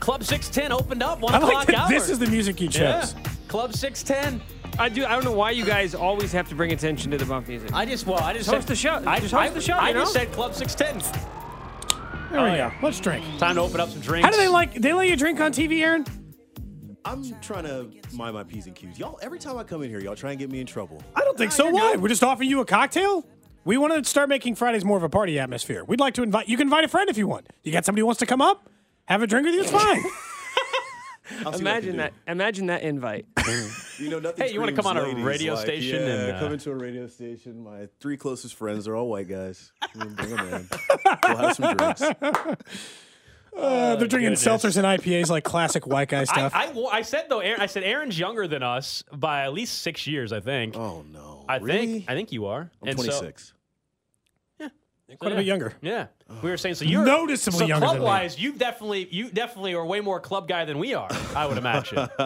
Club 610 opened up, one I o'clock like that hour. this is the music you yeah. chose. Club 610. I do. I don't know why you guys always have to bring attention to the bump music. I just, well, I just Host said, the show. I Just host I- the show, I you just know? said Club 610. There we go. Let's drink. Time to open up some drinks. How do they like? They let you drink on TV, Aaron? I'm trying to mind my p's and q's. Y'all, every time I come in here, y'all try and get me in trouble. I don't think so. you're Why? good. We're just offering you a cocktail. We want to start making Fridays more of a party atmosphere. We'd like to invite you. Can invite a friend if you want. You got somebody who wants to come up, have a drink with you. It's fine. I'll see what I can Imagine do. that. Imagine that invite. You know, nothing. Hey, you wanna screams come on a ladies radio like, station Yeah, and, uh, come into a radio station. My three closest friends are all white guys. Bring 'em in. We'll have some drinks. Uh, they're drinking seltzers and IPAs like classic white guy I, stuff. I, well, I said though, Aaron, I said Aaron's younger than us by at least six years, I think. Oh no! I really? think I think you are. I'm And so- 26. Quite a bit younger. Yeah, we were saying so. You're Noticeably so younger than me. Club-wise, you definitely, you definitely are way more club guy than we are. I would imagine.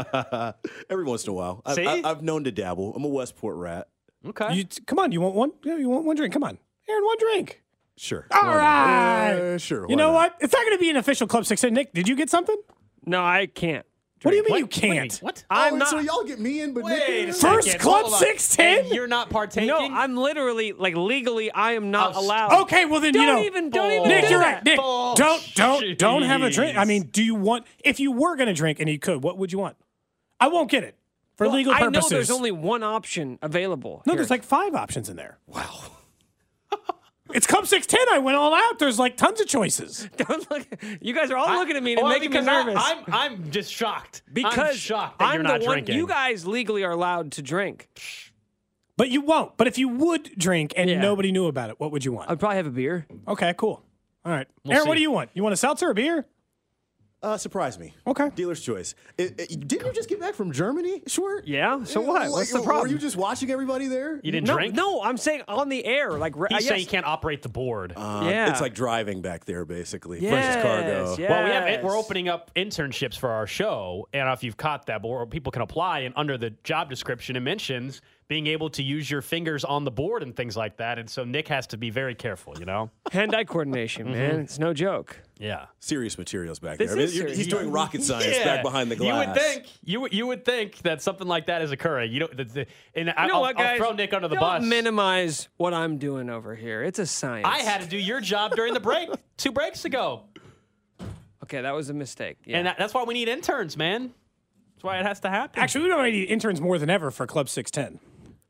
Every once in a while, I, See? I, I've known to dabble. I'm a Westport rat. okay. You come on. You want one? Yeah, you want one drink? Come on, Aaron. One drink. Sure. All Why not? right. Yeah, sure. You why know not? what? It's not going to be an official club six. Hey, Nick, did you get something? No, I can't. What do you mean What- you what do mean? can't? What? I'm oh, and not. So y'all get me in, but Nick Wait a is- First second, Club hold on. 610? And You're not partaking. no, I'm literally like legally. I am not Oh, s- allowed. Okay, well then you Don't know. even- don't even Nick, do you're that. right. Nick, don't don't don't have a drink. I mean, do you want? If you were gonna drink and you could, what would you want? I won't get it for legal I purposes. know there's only one option available. no. here. There's like five options in there. Wow. it's Club Six Ten. I went all out. There's like tons of choices. Don't look. You guys are all I- looking at me and Well, making me because I- nervous. I'm, I'm just shocked. because I'm shocked that I'm you're the not one. drinking. You guys legally are allowed to drink. But you won't. But if you would drink and Yeah. nobody knew about it, what would you want? I'd probably have a beer. okay, cool. All right, Aaron, what see. do you want? You want a seltzer or beer? Uh, surprise me. Okay. Dealer's choice. It, it- didn't you just get back from Germany, Short? Yeah, so Eh, what? like, What's the Were problem? you just watching everybody there? you didn't No, drink. no, I'm saying on the air. Like, re- uh, he's yes. saying you can't operate the board. Uh, yeah. It's like driving back there, basically. Yes, Precious cargo. yes. Well, we have we're Yes. opening up internships for our show, and I don't know if you've caught that, but where people can apply, and under the job description, it mentions being able to use your fingers on the board and things like that. And so Nick has to be very careful, you know. hand-eye coordination, man. It's no joke. Yeah. Serious materials back This there. I mean, is you're- serious. He's doing rocket science Yeah. back behind the glass. You would think you would- you would think that something like that is occurring. You know, the, the, and I, You know will what, I'll guys? throw Nick under the Don't bus. minimize what I'm doing over here. It's a science. I had to do your job during the break two breaks ago, Okay, that was a mistake. Yeah. and that, that's why we need interns, man. That's why it has to happen. Actually, we don't need interns more than ever for Club 610.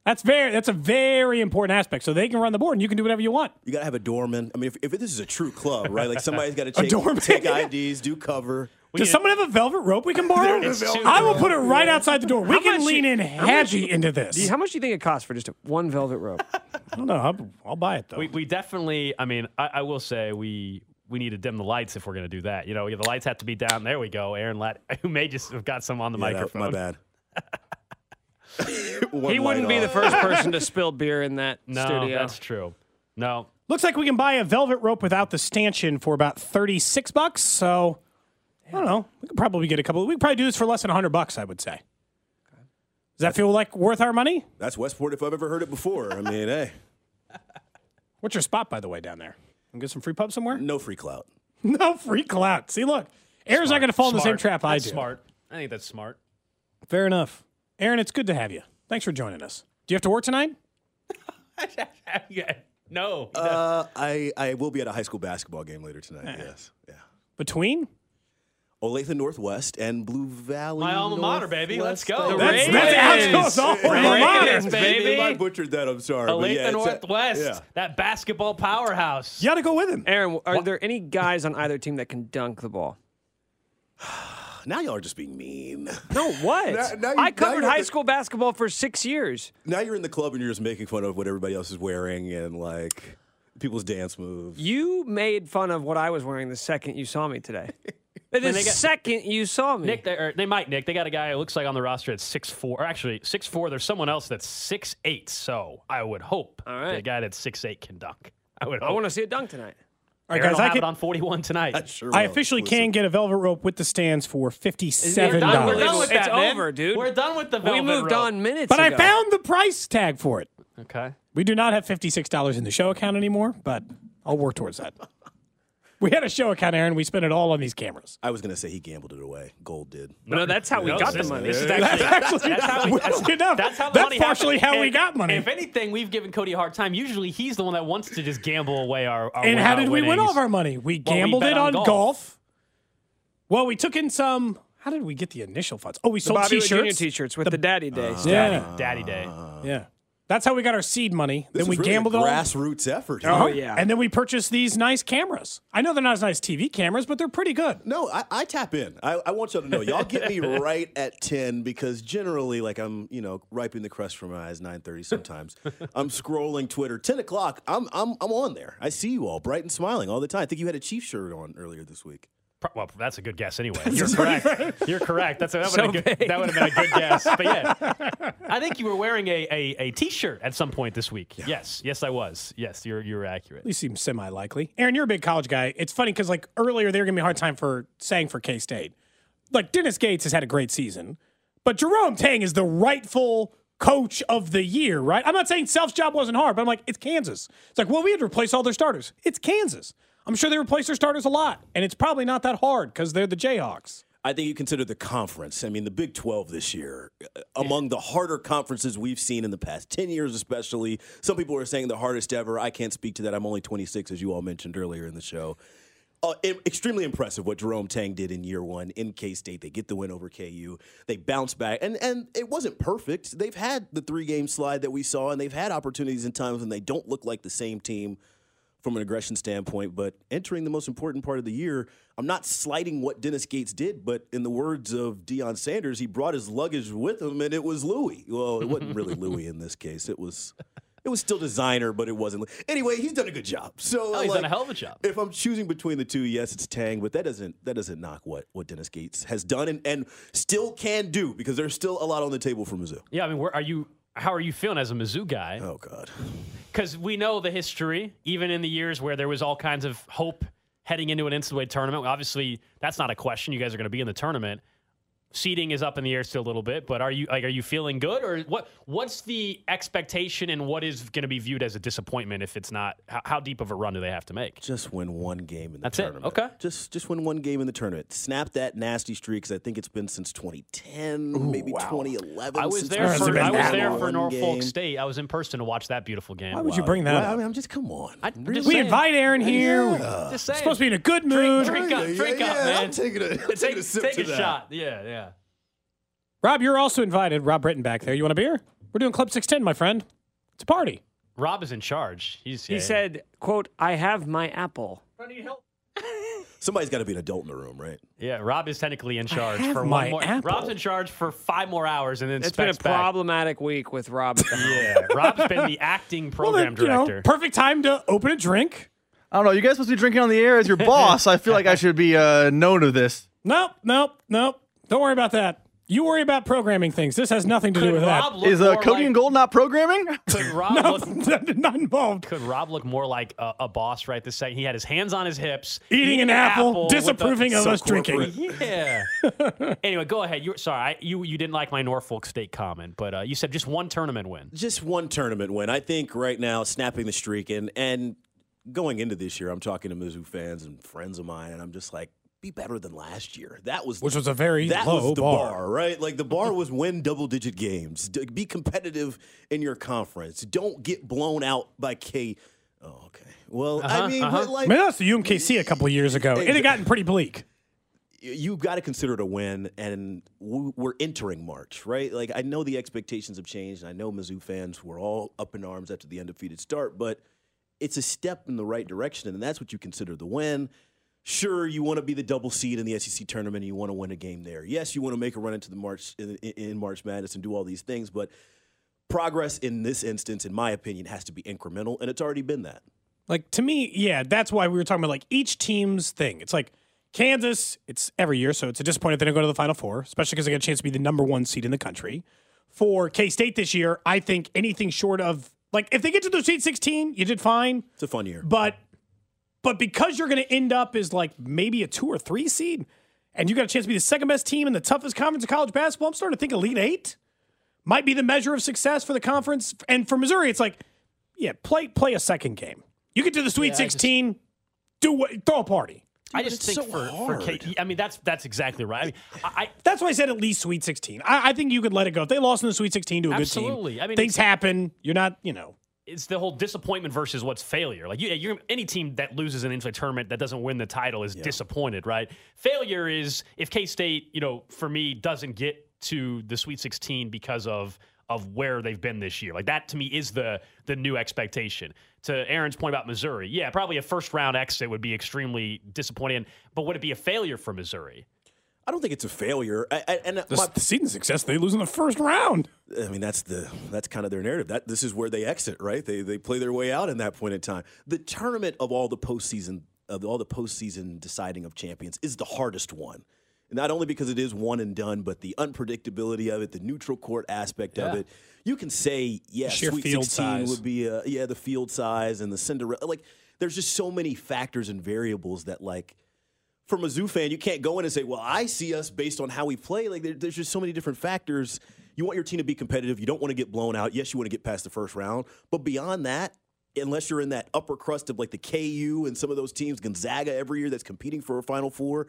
That's very that's a very important aspect. So they can run the board and you can do whatever you want. You got to have a doorman. I mean, if, if this is a true club, right? Like somebody's got to take, doorman? take IDs, do cover. Does someone have a velvet rope we can borrow? It's too I will put it right outside the door. We can much lean you- in heavy into this. How much do you think it costs for just a, one velvet rope? I don't know. I'll, I'll buy it though. We, we definitely. I mean, I, I will say we we need to dim the lights if we're going to do that. You know, the lights have to be down. There we go. Aaron Latt, who may just have got some on the Yeah, that- microphone. my bad. he wouldn't be the first person to spill beer in that No, studio. that's true. No, Looks like we can buy a velvet rope without the stanchion for about 36 bucks. So I don't know. We could probably get a couple. We could probably do this for less than 100 bucks, I would say. Does that feel like worth our money? That's Westport if I've ever heard it before. I mean, hey, What's your spot, by the way, down there? And get some free pub somewhere? no free clout. No free clout. See, look, Aaron's not going to fall in the same Smart. trap I That's do. Smart. I think that's smart. Fair enough. Aaron, it's good to have you. Thanks for joining us. Do you have to work tonight? yeah. No. Uh, I, I will be at a high school basketball game later tonight. Yes. Yeah. Between? Olathe Northwest and Blue Valley. My alma mater, baby. Let's go. Northwest. That's- that's Al's alma Raiders, mater. If I baby. butchered that, I'm sorry. but Elate yeah, the it's a- Northwest, yeah. that basketball powerhouse. You got to go with him. Aaron, are there any guys on either team that can dunk the ball? now y'all are just being mean. No, what? Now- now I you- now you covered have high to- school basketball for six years. now you're in the club and you're just making fun of what everybody else is wearing and like people's dance moves. You made fun of what I was wearing the second you saw me today. the they got- second you saw me. Nick, they, or they might. Nick, they got a guy who looks like on the roster at six four, or actually six four. There's someone else that's six eight. So I would hope All right. the guy that's six eight can dunk. I would. Hope. I want to see a dunk tonight. All right, Aaron guys, will I have can, it on 41 tonight. I sure. I will. officially Listen, can get a velvet rope with the stands for fifty-seven done with dollars. it. It's over, dude. We're done with the We velvet moved rope. on minutes But I ago. found the price tag for it. Okay. We do not have fifty-six dollars in the show account anymore, but I'll work towards that. We had a show account, Aaron. We spent it all on these cameras. I was gonna say he gambled it away. Gold did. No, that's how we No, got the this- money. This is That's actually. actually That's how we- that's, enough. That's how the money partially happened. how we And got money. If anything, we've given Cody a hard time. Usually, he's the one that wants to just gamble away our. our And how our did we win winnings. all of our money? We we gambled bet it on on golf. golf. Well, we took in some. How did we get the initial funds? Oh, we sold Bobby Wood Jr. t-shirts. t-shirts with the, Daddy Day. stuff. yeah, Daddy Day? yeah. That's how we got our seed money. This then we is really gambled a it all. grassroots effort. here. Uh-huh. Oh, yeah. And then we purchased these nice cameras. I know they're not as nice TV cameras, but they're pretty good. No, I, I tap in. I, I want y'all to know. Y'all get me right at ten because generally, like I'm, you know, wiping the crust from my eyes. Nine thirty sometimes. I'm scrolling Twitter. Ten o'clock. I'm I'm I'm on there. I see you all bright and smiling all the time. I think you had a Chiefs shirt on earlier this week. Pro- Well, that's a good guess anyway. You're correct. You're correct. That's a, that would have been, a good- that would've been a good guess. But yeah, I think you were wearing a, a, a t-shirt at some point this week. Yes, yes, I was. Yes, you're you're accurate. At least seems semi likely. Aaron, you're a big college guy. It's funny because like earlier they were giving me a hard time for saying for K State. Like Dennis Gates has had a great season, but Jerome Tang is the rightful coach of the year, right? I'm not saying Self's job wasn't hard, but I'm like, it's Kansas. It's like, well, we had to replace all their starters. It's Kansas. I'm sure they replace their starters a lot, and it's probably not that hard because they're the Jayhawks. I think you consider the conference. I mean, the Big 12 this year, uh, among the harder conferences we've seen in the past 10 years, especially. Some people are saying the hardest ever. I can't speak to that. I'm only 26, as you all mentioned earlier in the show. Uh, im- extremely impressive what Jerome Tang did in year one in K State. They get the win over KU. They bounce back, and and it wasn't perfect. They've had the three game slide that we saw, and they've had opportunities and times when they don't look like the same team from an aggression standpoint, but entering the most important part of the year, I'm not slighting what Dennis Gates did, but in the words of Deion Sanders, he brought his luggage with him and it was Louis. Well, it wasn't really Louis in this case. It was it was still designer, but it wasn't. Anyway, he's done a good job. So Oh, he's like, done a hell of a job. If I'm choosing between the two, yes, it's Tang, but that doesn't that doesn't knock what what Dennis Gates has done and, and still can do because there's still a lot on the table for Mizzou. Yeah, I mean, where are you? How are you feeling as a Mizzou guy? Oh God. because we know the history, even in the years where there was all kinds of hope heading into an NCAA tournament. Obviously, that's not a question. You guys are going to be in the tournament. Seeding is up in the air still a little bit, but are you like are you feeling good or what? What's the expectation and what is going to be viewed as a disappointment if it's not? How, how deep of a run do they have to make? Just win one game in the That's it. tournament. Okay. Just just win one game in the tournament. Snap that nasty streak 'cause I think it's been since 2010, maybe 2011. I was since there we've Hasn't for been I was that there one for Norfolk game. State. I was in person to watch that beautiful game. Why would you bring that Well, I up? mean, I'm just come on. I- I'm just we saying. invite Aaron here. Just We're saying. supposed to be in a good mood. drink up, drink up, man. I'm taking a, I'm take, taking a sip take to a that. shot. Yeah, yeah. Rob, you're also invited. Rob Britton back there. You want a beer? We're doing Club 610, my friend. It's a party. Rob is in charge. He's He said, quote, I have my apple. Somebody's got to be an adult in the room, right? Yeah, Rob is technically in charge have for my one more. apple. Rob's in charge for five more hours, and then It's been a Specs back. problematic week with Rob. Yeah, Rob's been the acting program then, you know, director. perfect time to open a drink. I don't know. You guys supposed to be drinking on the air as your boss. I feel like I should be uh, known of this. Nope, nope, nope. Don't worry about that. You worry about programming things. This has nothing to do with Rob look Is uh, more Cody like- and Gold not programming? Could Rob, look, that. Not involved. could Rob look more like a, a boss right this second? He had his hands on his hips, Eating an apple, with the- disapproving of So us drinking. corporate. yeah. anyway, go ahead. You sorry, I, you you didn't like my Norfolk State comment, but uh, you said just one tournament win. Just one tournament win. I think right now, snapping the streak and and going into this year, I'm talking to Mizzou fans and friends of mine, and I'm just like, be better than last year. That was Which was a very that low was the bar. bar. right? Like the bar was win double digit games. D- be competitive in your conference. Don't get blown out by K. Oh, okay. Well, Uh-huh, I mean, but I like mean, that's the UMKC a couple of years ago. It had gotten pretty bleak. you got to consider it a win, and w- we're entering March, right? Like I know the expectations have changed, and I know Mizzou fans were all up in arms after the undefeated start, but it's a step in the right direction, and that's what you consider the win. Sure, you want to be the double seed in the SEC tournament and you want to win a game there. Yes, you want to make a run into the March in, in March Madness and do all these things, but progress in this instance, in my opinion, has to be incremental, and it's already been that. Like to me, yeah, that's why we were talking about like each team's thing. It's like Kansas, it's every year, so it's a disappointment they don't go to the Final Four, especially because they got a chance to be the number one seed in the country. For K State this year, I think anything short of like if they get to the Sweet 16, you did fine, It's a fun year. but but because you're going to end up as like maybe a two or three seed, and you got a chance to be the second best team in the toughest conference of college basketball, I'm starting to think Elite Eight might be the measure of success for the conference. And for Missouri, it's like, yeah, play play a second game. You get to the Sweet 16, do what, throw a party. I just think for for K- I mean that's that's exactly right. I mean, I, I That's why I said at least Sweet 16. I, I think you could let it go if they lost in the Sweet 16 to a good Absolutely. team. I mean, things it's- happen. You're not, you know. it's the whole disappointment versus what's failure. Like you, you're any team that loses an NCAA tournament that doesn't win the title is disappointed, right? Failure is if K State, you know, for me doesn't get to the Sweet 16 because of of where they've been this year. Like that to me is the the new expectation. To Aaron's point about Missouri, yeah, probably a first round exit would be extremely disappointing, but would it be a failure for Missouri? I don't think it's a failure. I, I, and my, the season success, they lose in the first round. I mean, that's the that's kind of their narrative. That this is where they exit, right? They they play their way out in that point in time. The tournament of all the postseason of all the postseason deciding of champions is the hardest one. Not only because it is one and done, but the unpredictability of it, the neutral court aspect of it. You can say, yeah, Sheer Sweet field 16 size. would be, uh, yeah, the field size and the Cinderella. Like, there's just so many factors and variables that, like, from a Zoo fan, you can't go in and say, "Well, I see us based on how we play." Like there, there's just so many different factors. You want your team to be competitive. You don't want to get blown out. Yes, you want to get past the first round, but beyond that, unless you're in that upper crust of like the KU and some of those teams, Gonzaga every year that's competing for a Final Four,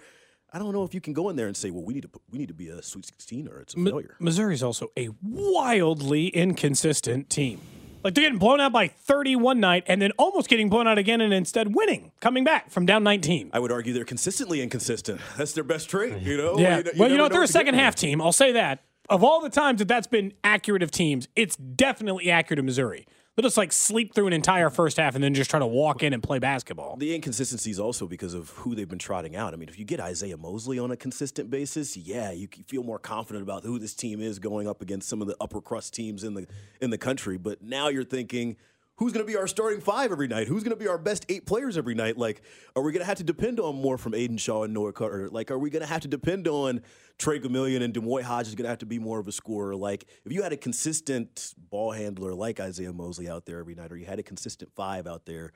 I don't know if you can go in there and say, "Well, we need to we need to be a Sweet 16 or it's a failure." Missouri's also a wildly inconsistent team. Like they're getting blown out by 30 one night and then almost getting blown out again and instead winning, coming back from down 19. I would argue they're consistently inconsistent. That's their best trait, Oh, you know. yeah. well, you know, they're never what a to get second from half team. I'll say that. Of all the times that that's been accurate of teams, it's definitely accurate of Missouri. They'll just like sleep through an entire first half and then just try to walk in and play basketball. The inconsistency is also because of who they've been trotting out. I mean, if you get Isaiah Mosley on a consistent basis, yeah, you can feel more confident about who this team is going up against some of the upper crust teams in the in the country. But now you're thinking, who's going to be our starting five every night? Who's going to be our best eight players every night? Like, are we going to have to depend on more from Aiden Shaw and Noah Carter? Like, are we going to have to depend on Trey Gamillion and Demoy Hodge is going to have to be more of a scorer? Like, if you had a consistent ball handler like Isaiah Mosley out there every night, or you had a consistent five out there.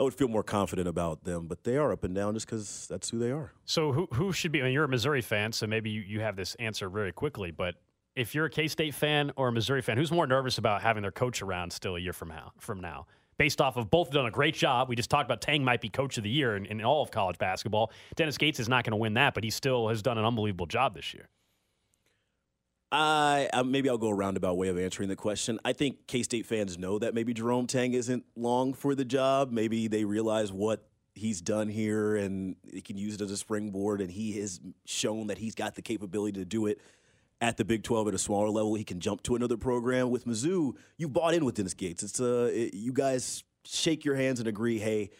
I would feel more confident about them, but they are up and down just because that's who they are. So who who should be? I mean, you're a Missouri fan, so maybe you, you have this answer very quickly. But if you're a K State fan or a Missouri fan, who's more nervous about having their coach around still a year from now? From now, based off of both have done a great job. We just talked about Tang might be coach of the year in, in all of college basketball. Dennis Gates is not going to win that, but he still has done an unbelievable job this year. I, I maybe I'll go a roundabout way of answering the question. I think K State fans know that maybe Jerome Tang isn't long for the job. Maybe they realize what he's done here and they can use it as a springboard. And he has shown that he's got the capability to do it at the Big Twelve at a smaller level. He can jump to another program with Mizzou. You bought in with Dennis Gates. It's uh, it- you guys shake your hands and agree, hey.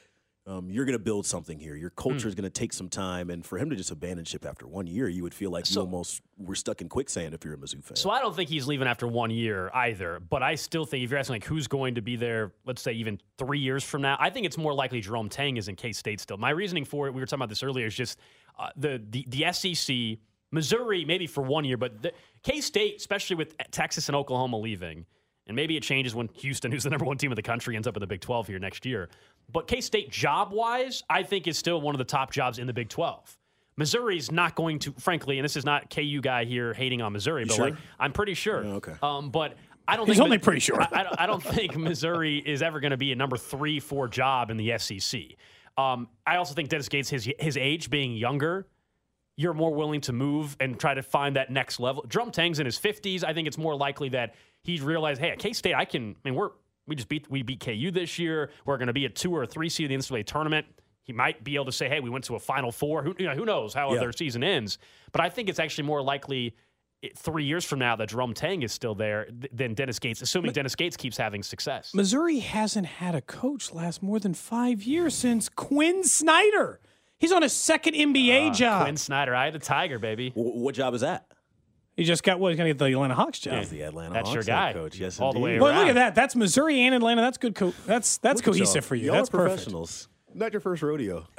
Um, you're going to build something here. Your Hmm. culture is going to take some time, and for him to just abandon ship after one year, you would feel like you almost were stuck in quicksand if you're a Mizzou fan. So I don't think he's leaving after one year either. But I still think if you're asking like who's going to be there, let's say even three years from now, I think it's more likely Jerome Tang is in K State still. My reasoning for it, we were talking about this earlier, is just uh, the, the the SEC, Missouri maybe for one year, but K State, especially with Texas and Oklahoma leaving, and maybe it changes when Houston, who's the number one team in the country, ends up in the Big Twelve here next year. But K State job wise, I think is still one of the top jobs in the Big Twelve. Missouri's not going to, frankly, and this is not KU guy here hating on Missouri, but sure? like I'm pretty sure. okay. Um, but I don't He's think only pretty sure. I, I don't, I don't think Missouri is ever going to be a number three, four job in the SEC. Um, I also think Dennis Gates, his his age being younger, you're more willing to move and try to find that next level. Drum Tang's in his 50s. I think it's more likely that he's realized, hey, at K State, I can. I mean, we're we just beat we beat KU this year. We're going to be a two or a three seed in the NCAA tournament. He might be able to say, hey, we went to a Final Four. Who you know, who knows how Yeah. their season ends? But I think it's actually more likely. It, three years from now, that Drum Tang is still there th- than Dennis Gates, assuming Dennis Gates keeps having success. Missouri hasn't had a coach last more than five years since Quinn Snyder. He's on his second NBA job. Quinn Snyder, I had a tiger, baby. Wh- what job is that? He just got what? He's gonna get the Atlanta Hawks job. That's the Atlanta That's your Hawks head guy. coach. Yes, All the way indeed. around. Boy, look at that. That's Missouri and Atlanta. That's good. Co- that's that's Look at y'all. cohesive for you. Y'all that's are perfect. professionals. Not your first rodeo.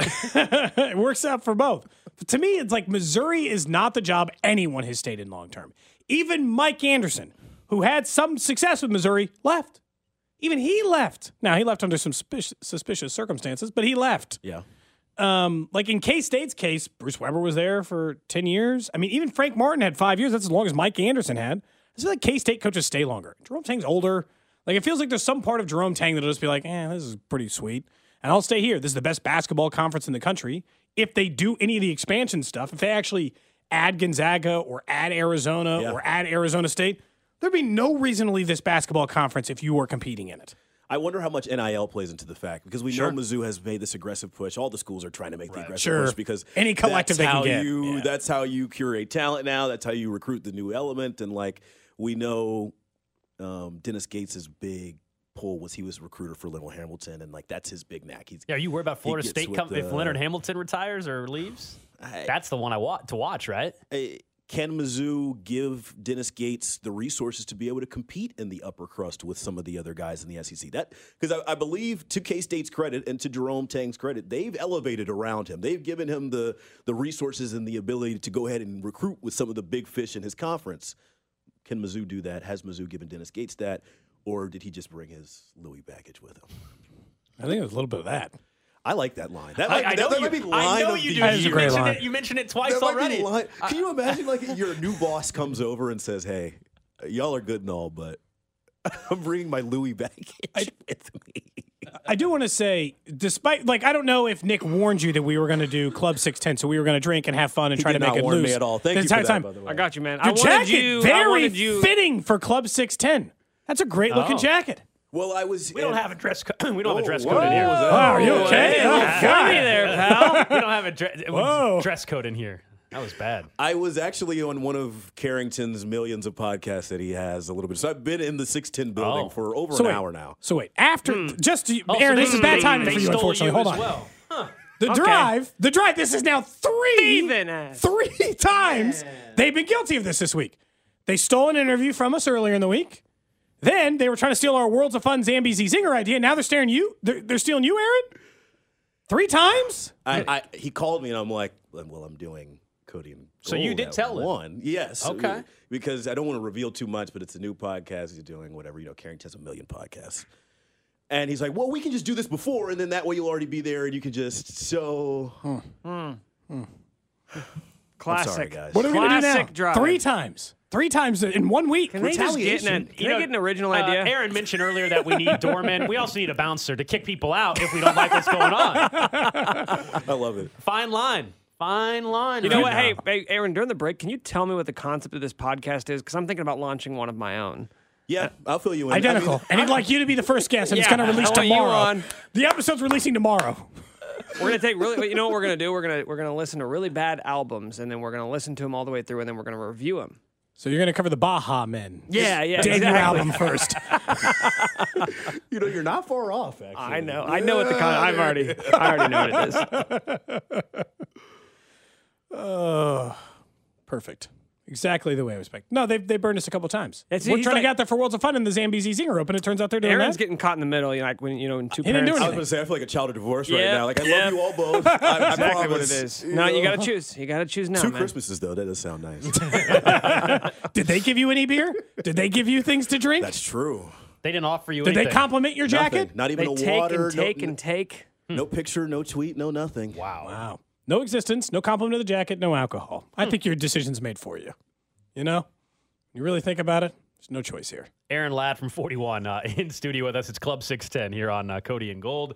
It works out for both. But to me, it's like Missouri is not the job anyone has stayed in long term. Even Mike Anderson, who had some success with Missouri, left. Even he left. Now he left under some suspic- suspicious circumstances, but he left. yeah. Um, like in K State's case, Bruce Weber was there for ten years. I mean, even Frank Martin had five years. That's as long as Mike Anderson had. I feel like K State coaches stay longer. Jerome Tang's older. Like it feels like there's some part of Jerome Tang that'll just be like, "Eh, this is pretty sweet," and I'll stay here. This is the best basketball conference in the country. If they do any of the expansion stuff, if they actually add Gonzaga or add Arizona Yeah. or add Arizona State, there'd be no reason to leave this basketball conference if you were competing in it. I wonder how much NIL plays into the fact because we know Mizzou has made this aggressive push. All the schools are trying to make the aggressive Sure. push because Any collective that's they can how get. You, Yeah. That's how you curate talent now. That's how you recruit the new element. And like we know, um, Dennis Gates' big pull was he was a recruiter for Leonard Hamilton, and like that's his big knack. He's Yeah, are you worried about Florida gets State with come, if the- Leonard Hamilton retires or leaves? That's the one I want to watch, right? Eh, can Mizzou give Dennis Gates the resources to be able to compete in the upper crust with some of the other guys in the SEC? That because I, I believe to K State's credit and to Jerome Tang's credit, they've elevated around him. They've given him the the resources and the ability to go ahead and recruit with some of the big fish in his conference. Can Mizzou do that? Has Mizzou given Dennis Gates that, or did he just bring his Louis baggage with him? I think there's a little bit of that. I like that line. That, might, I, I that- know that you, might be I line know of you the do. That is a you, great mentioned line. It, you mentioned it twice That might already. be li- Can you imagine like your new boss comes over and says, "Hey, y'all are good and all, but I'm bringing my Louis baggage with me." I do want to say, despite like I don't know if Nick warned you that we were going to do Club Six Ten, so we were going to drink and have fun and try did to make not it warn me loose at all. Thank the you for entire that, time. by the way. I got you, man. I Your wanted jacket you. I very wanted you. fitting for Club Six Ten. That's a great looking Oh. jacket. Well, I was. We don't have a dress code. We don't have a dress Whoa, code in here. whoa. Was that- Oh, are you okay? hey, Oh, yeah. God. Hey there, pal. we don't have a dre- it was Whoa. dress code in here. That was bad. I was actually on one of Carrington's millions of podcasts that he has a little bit. So I've been in the 610 building Oh. for over So an wait, hour now. So wait, after Hmm. just to, Oh, so Aaron, they- this is bad they- timing they for you. stole Unfortunately, hold as on. well. The drive, the drive. This is now three, Thieving ass. three times they've been guilty of this this week. They stole an interview from us earlier in the week. Then they were trying to steal our worlds of fun Zambezi zinger idea. Now they're staring you. They're, they're stealing you, Aaron. Three times. I, I, he called me and I'm like, well, I'm doing Cody and So you Gold did at tell him? one. Yes. Okay. Because I don't want to reveal too much, but it's a new podcast. He's doing whatever you know. Carrington's a million podcasts, and he's like, well, we can just do this before, and then that way you'll already be there, and you can just so. Classic. sorry, guys. What are we gonna do now? Classic drive. Three times. Three times in one week. Can they just get an, Retaliation. can they get an original Uh, idea? Aaron mentioned earlier that we need doormen. We also need a bouncer to kick people out if we don't like what's going on. I love it. Fine line. Fine line. You know what? Hey, hey, Aaron, during the break, can you tell me what the concept of this podcast is? Because I'm thinking about launching one of my own. Yeah, I'll fill you in. I mean, Identical. and he'd like you to be the first guest, and it's Yeah, going to release I want you tomorrow. on. The episode's releasing tomorrow. We're gonna take really. You know what we're gonna do? We're gonna we're gonna listen to really bad albums, and then we're gonna listen to them all the way through, and then we're gonna review them. So you're going to cover the Baja Men. Yeah, yeah, Debut exactly. album first. you know, you're not far off. Actually, I know. I know what the con- I've already. I already know what it is. Perfect. Exactly the way I was expecting. No, they they burned us a couple times. It's- We're he's trying to like- get out there for Worlds of Fun in the Zambezi Zinger Open. It turns out they're doing Aaron's that. getting caught in the middle. You know, like when you know, in two He didn't do parents. I was gonna say I feel like a child of divorce right Yeah. now. Like I Yeah. love you all both. I, I exactly what it promise. is. No, you gotta choose. You gotta choose now, Two man. Christmases though. That does sound nice. Did they give you any beer? Did they give you things to drink? That's true. They didn't offer you Did they anything. compliment your Nothing. jacket? Not even They a take water. and take no, and take. no picture. No tweet. No nothing. Wow. Wow. No existence, no compliment of the jacket, no alcohol. I think your decision's made for you. You know? You really think about it? There's no choice here. Aaron Ladd from 41 uh, in studio with us. It's Club 610 here on uh, Cody and Gold.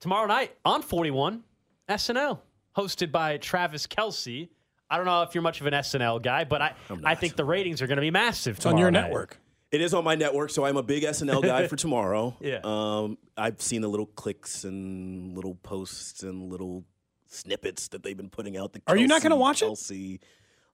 Tomorrow night on 41, SNL, hosted by Travis Kelsey. I don't know if you're much of an SNL guy, but I, I think the ratings are going to be massive It's on your tomorrow night. network. It is on my network, so I'm a big SNL guy for tomorrow. Yeah. Um, I've seen the little clicks and little posts and little snippets that they've been putting out. The Are you not Kelsey- gonna watch it? Kelsey.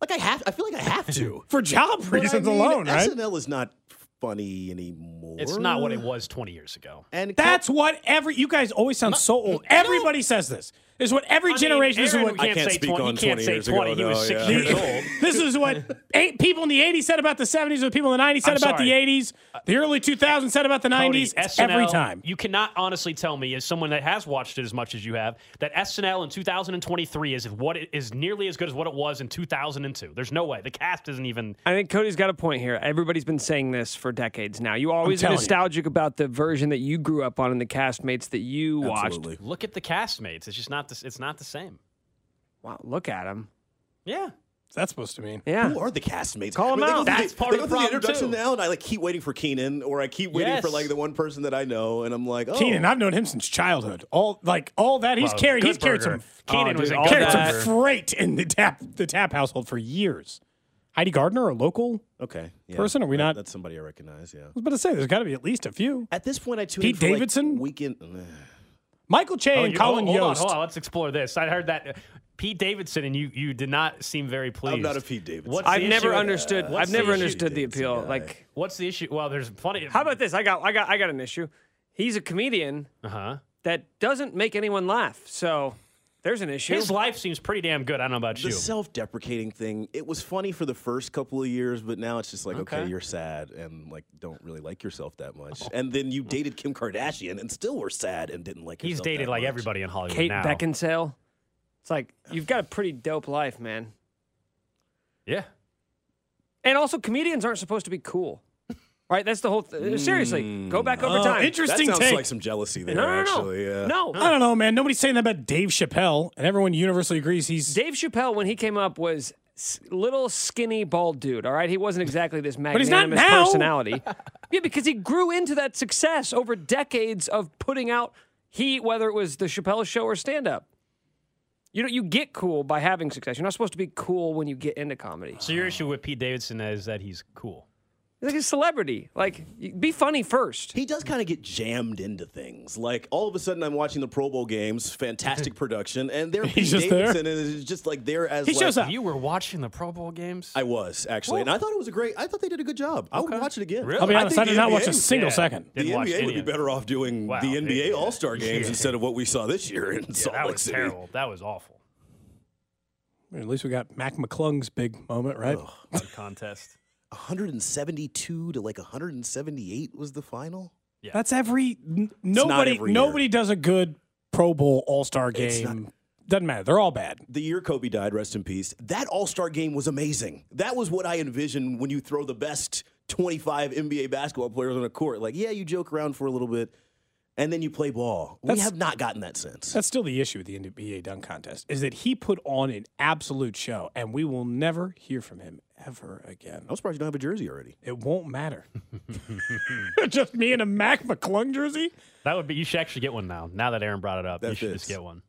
Like I have. I feel like I have to. For job But I reasons mean, alone, right? SNL is not funny anymore. It's not what it was 20 years ago. And That's what every you guys always sound so old. Everybody says this. This is what every I mean, generation. this is Aaron what can't I can't say speak 20, on you can't 20 say years ago, 20. He was no, six yeah. years old. this is what eight people in the '80s said about the '70s. What people in the '90s said I'm about sorry. the '80s. The early 2000s said about the Cody, '90s. It's SNL, every time. You cannot honestly tell me, as someone that has watched it as much as you have, that SNL in 2023 is what it is nearly as good as what it was in 2002. There's no way. The cast isn't even. I think Cody's got a point here. Everybody's been saying this for decades now. You always are telling you. nostalgic about the version that you grew up on and the castmates that you watched. Absolutely. Look at the castmates. It's just not. The, it's not the same. Wow, look at him. Yeah. What's that supposed to mean? Yeah. Who are the castmates? Call 'em they go out. through That's part they of go the through problem, introduction too. now, and I like keep waiting for Keenan, or I keep waiting for Yes. like the one person that I know, and I'm like, oh, Keenan, I've known him since childhood. All like all that he's Well, carried. Oh, Good He's carried Burger. some Keenan Oh, was dude, a all good carried that- burger. some freight in the tap the tap household for years. Heidi Gardner, a local. okay, yeah, Person, are we that- not- That's somebody I recognize. Yeah. I was about to say, there's got to be at least a few. At this point, I tune in Pete for, like, Davidson? weekend. uh, Michael Che Oh, and you- Colin oh, hold on, Yost. hold on. Let's explore this. I heard that uh, Pete Davidson, and you you did not seem very pleased. not a Pete Davidson. What's the I've issue never with- understood. what's I've the never issue? understood the Davidson appeal. guy. Like, What's the issue? Well, there's plenty. how about this? I got, I got, I got an issue. He's a comedian Uh huh. that doesn't make anyone laugh. So there's an issue. His life seems pretty damn good. I don't know about The you. self-deprecating thing. It was funny for the first couple of years, but now it's just like, okay, Okay. you're sad and like don't really like yourself that much. And then you dated Kim Kardashian and still were sad and didn't like. He's yourself dated that like much. everybody in Hollywood Kate now. Beckinsale. It's like you've got a pretty dope life, man. Yeah. And also, comedians aren't supposed to be cool, right? That's the whole. Th- Seriously, go back over Oh, time. That interesting sounds take. like some jealousy there. no, no, no, actually, yeah. no. uh, I don't know, man. Nobody's saying that about Dave Chappelle, and everyone universally agrees he's. Dave Chappelle, when he came up, was s- little skinny bald dude. All right, he wasn't exactly this he's not magnanimous now. personality. yeah, because he grew into that success over decades of putting out heat, whether it was the Chappelle Show or stand up. You know, you get cool by having success. You're not supposed to be cool when you get into comedy. So your issue with Pete Davidson is that he's cool. He's like a celebrity. Like, y- be funny first. He does kind of get jammed into things. Like all of a sudden, I'm watching the Pro Bowl games, fantastic production, and they're Pete He's just there? Davidson, and it's just like there as He like, shows up. You were watching the Pro Bowl games. I was actually, and I thought it was a great. I thought they did a good job. I would watch it again. Really? I'll be I honest, think I, did the not watch NBA a single Yeah. second. The Didn't watch NBA any would be of it. better off doing Wow, the it- NBA yeah. All Star games instead of what we saw this year in Yeah, Salt that Lake was City. terrible. That was awful. At least we got Mac McClung's big moment, right? The contest. 172 to like 178 was the final. That's every n- nobody. every year. nobody does a good Pro Bowl All Star It's game. Doesn't matter. They're all bad. The year Kobe died, rest in peace. That All Star game was amazing. That was what I envisioned when you throw the best 25 NBA basketball players on a court. Like, yeah, you joke around for a little bit, and then you play ball. we That's- have not gotten that sense. That's still the issue with the NBA dunk contest is that he put on an absolute show, and we will never hear from him ever again. I'm surprised you don't have a jersey already. It won't matter. Just me in a Mac McClung jersey? That would be. You should actually get one now. Now that Aaron brought it up, That you should fits. just get one.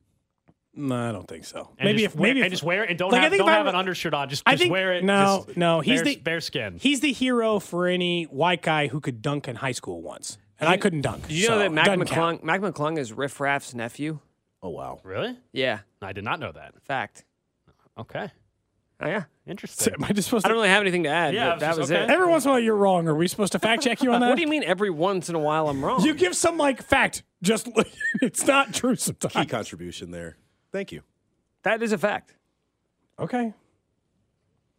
No, I don't think so. And maybe just if wear, maybe and if, just wear it and don't Like, I have, think don't if I have were- an undershirt on. Just, I just think- wear it. no, just no, he's bare, the- bare skin. he's the hero for any white guy who could dunk in high school once, and I couldn't dunk. You know so that it Mac doesn't count. McClung, Mac McClung is Riff Raff's nephew? Oh, wow. really? Yeah, I did not know that. fact. Okay, Oh, yeah. interesting. Am I just supposed I to? don't really have anything to add. Yeah, I but was that just- was okay. it. Every once in a while, you're wrong. Are we supposed to fact check you on that? What do you mean every once in a while I'm wrong? You give some like fact, just it's not true Key sometimes. contribution there. Thank you. that is a fact. Okay.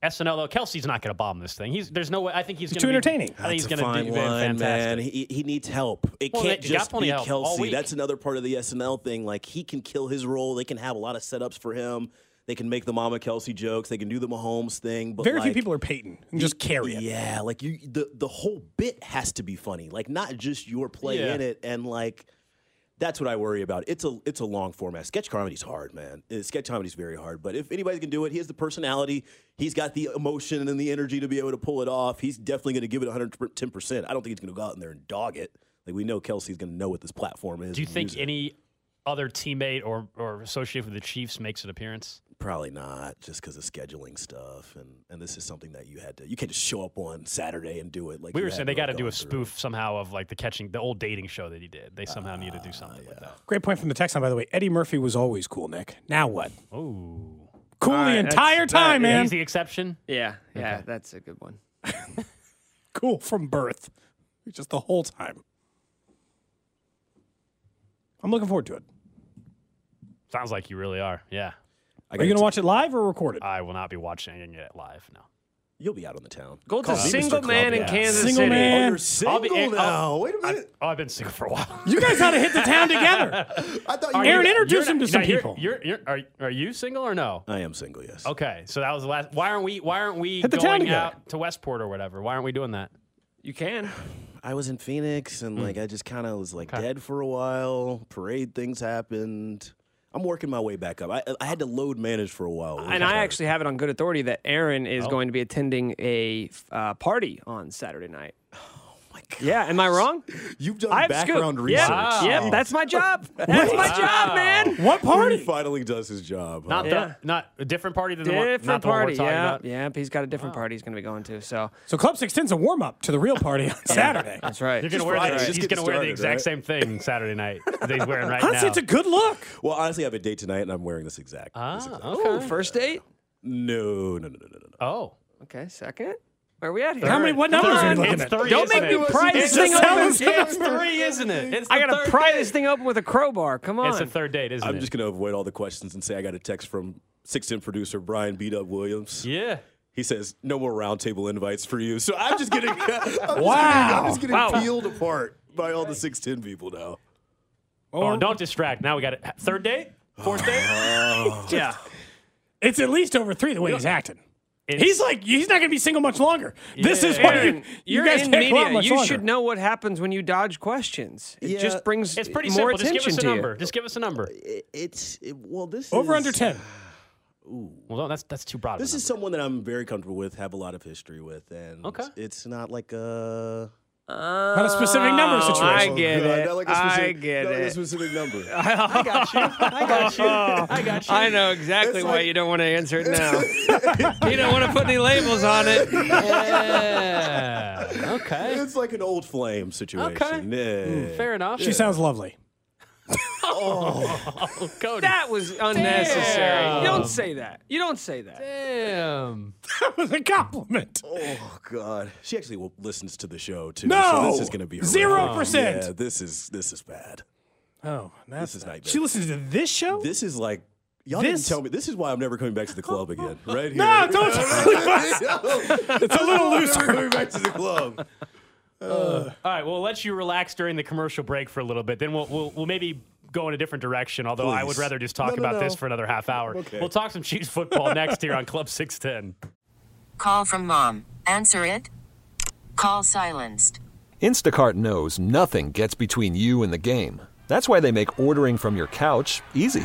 SNL though, Kelsey's not going to bomb this thing. He's there's no way. I think he's, It's gonna too be- entertaining. I think he's That's going to do fantastic. He, he needs help. It Well, can't they- they got just plenty be of help all Kelsey. week. That's another part of the SNL thing. Like he can kill his role. They can have a lot of setups for him. They can make the Mama Kelsey jokes. They can do the Mahomes thing. But Very few like, people are Peyton and just carry it. Yeah, like you, the the whole bit has to be funny. Like not just your play Yeah. in it. And like that's what I worry about. It's a it's a long format. Sketch comedy's hard, man. Uh, Sketch comedy's very hard. But if anybody can do it, he has the personality. He's got the emotion and the energy to be able to pull it off. He's definitely going to give it 110. percent I don't think he's going to go out in there and dog it. Like we know Kelsey's going to know what this platform is. Do you and think use it. any other teammate or or associate with the Chiefs makes an appearance? Probably not, just because of scheduling stuff. And and this is something that you had to. You can't just show up on Saturday and do it. Like We you were had saying they got to all do a gone through. spoof somehow of like the catching the old dating show that he did. They somehow need Ah, to do something with that. Great point from the text line, by the way. Eddie Murphy was always cool, Nick. Now what? Oh, Cool right, the that's- entire that- time, man. he's the exception. Yeah, yeah, that's a good one. Cool from birth. just the whole time. I'm looking forward to it. Sounds like you really are. Yeah. I Are you gotta Uh, going to watch it live or recorded? I will not be watching it live. No. t- You'll be out on the town. Gold's a Call me Mr. single Club, man in yeah. Kansas Single City. man. Oh, And you're single be- and- now. Wait a minute. Oh, I've been single for a while. you guys ought to hit the town together. I, thought Are you. Aaron, you- introduce you're him to now some you're- people. You're, you're, are, are you single or no? I am single. Yes. Okay, so that was the last. Why aren't we? Why aren't we Hit the town going together. out to Westport or whatever? Why aren't we doing that? Oh, You can. I was in Phoenix and like I just kind of was like dead for a while. Parade things happened. I'm working my way back up. I, I had to load manage for a while. And I actually have it on good authority that Aaron is going to be attending a uh, party on Saturday night. Oh my gosh. Yeah, am I wrong? you've done I've Ah. background scooped. research. Yep, yep, that's my job. That's my job, man. What Party party? finally does his job. huh? Not Yeah. the not a different party than the one. Not Different the one party. we're talking Yeah, about. yeah. He's got a different party he's going to be going to. So So Club 16's a warm up to the real party on Saturday. that's right. You're gonna wear Friday, the, just he's get gonna wear the started, exact right? same thing Saturday night that he's wearing right Honestly, now. it's a good look. Well, honestly, I have a date tonight and I'm wearing this exact. this exact- ah, Ooh, okay. first date. No, no, no, no, no, no. Oh, Okay, second. Where are we at here? How many? What numbers are you Third. looking it's at? three. Don't isn't make me it? pry this It's thing the open. third- It's three, isn't it? It's I the gotta third pry date. this thing open with a crowbar. Come on. It's the third date, isn't I'm it? just gonna avoid all the questions and say I got a text from sixth in producer Brian Beat Up Williams. yeah. He says no more roundtable invites for you. So I'm just getting I'm Wow. Just getting, I'm Wow. just getting peeled apart by all the six ten people now. Oh, don't distract. Now we got it. Third date, fourth date. Yeah. It's at least over three the way he's acting. It's- He's like, he's not going to be single much longer. This is why Aaron, you, you you're guys in can't go out media. much You longer. should know what happens when you dodge questions. It Yeah. just brings It's pretty more simple. Just attention give us a to number. you. Just give us a number. It- it's it- well, this Over is- under 10. Well, no, that's that's too broad. of a This is number. someone that I'm very comfortable with, have a lot of history with, and Okay. it's not like a Not a specific number Oh, I situation. get God, it. not like a I specific, get not like a it. specific number. I got you. I got you. I got you. I know exactly It's why like- you don't want to answer it now. you don't want to put any labels on it. Yeah. Okay. it's like an old flame situation. Yeah. Mm, Fair enough. she sounds lovely. Cody. That was unnecessary. Damn. Don't say that. You don't say that. Damn. That was a compliment. Oh God, she actually will- listens to the show too. No! so this is going to be horrific. Zero percent. Yeah, this is this is bad. Oh, that's This is nightmare. She listens to this show? This is like y'all This- didn't tell me. This is why I'm never coming back to the club again. Right here. no, don't. it's a little looser. Coming back to the club. All right, we'll let you relax during the commercial break for a little bit. Then we'll we'll, we'll maybe go in a different direction. Although I would Please. rather just talk No, no, about no. this for another half hour. Okay. We'll talk some Chiefs football next here on Club Six Ten. Call from mom. Answer it. Call silenced. Instacart knows nothing gets between you and the game. That's why they make ordering from your couch easy.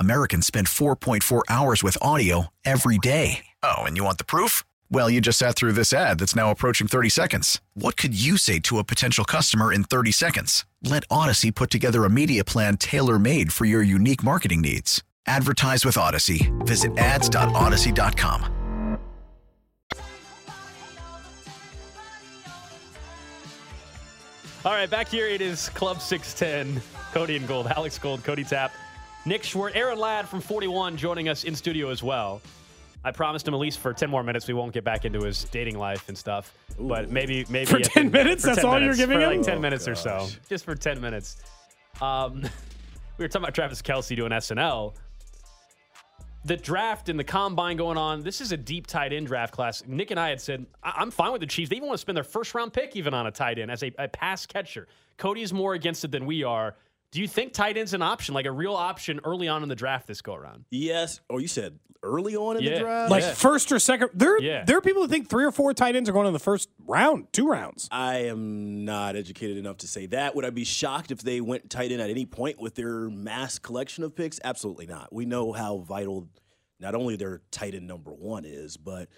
Americans spend 4.4 hours with audio every day. Oh, and you want the proof? Well, you just sat through this ad that's now approaching 30 seconds. What could you say to a potential customer in 30 seconds? Let Odyssey put together a media plan tailor made for your unique marketing needs. Advertise with Odyssey. Visit ads.odyssey.com. All right, back here it is Club 610. Cody and Gold, Alex Gold, Cody Tap, Nick Schwartz, Aaron Ladd from 41 joining us in studio as well. I promised him at least for 10 more minutes we won't get back into his dating life and stuff. But maybe maybe For at the- 10 minutes? That's all you're giving for him? Oh, Like 10 minutes or so. Just for 10 minutes. Um, we were talking about Travis Kelsey doing SNL. The draft and the combine going on. This is a deep tight end draft class. Nick and I had said I- I'm fine with the Chiefs. They even want to spend their first round pick even on a tight end as a, a pass catcher. Cody is more against it than we are. Do you think tight end's an option, like a real option early on in the draft this go around? Yes. Oh, you said early on in Yeah. the draft. Like first or second. There, Yeah. there are people who think three or four tight ends are going in the first round, two rounds. I am not educated enough to say that. Would I be shocked if they went tight end at any point with their mass collection of picks? Absolutely not. We know how vital not only their tight end number one is, but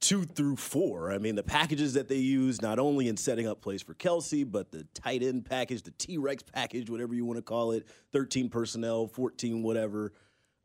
two through four. I mean, the packages that they use, not only in setting up plays for Kelsey, but the tight end package, the T Rex package, whatever you want to call it, 13 personnel, 14, whatever.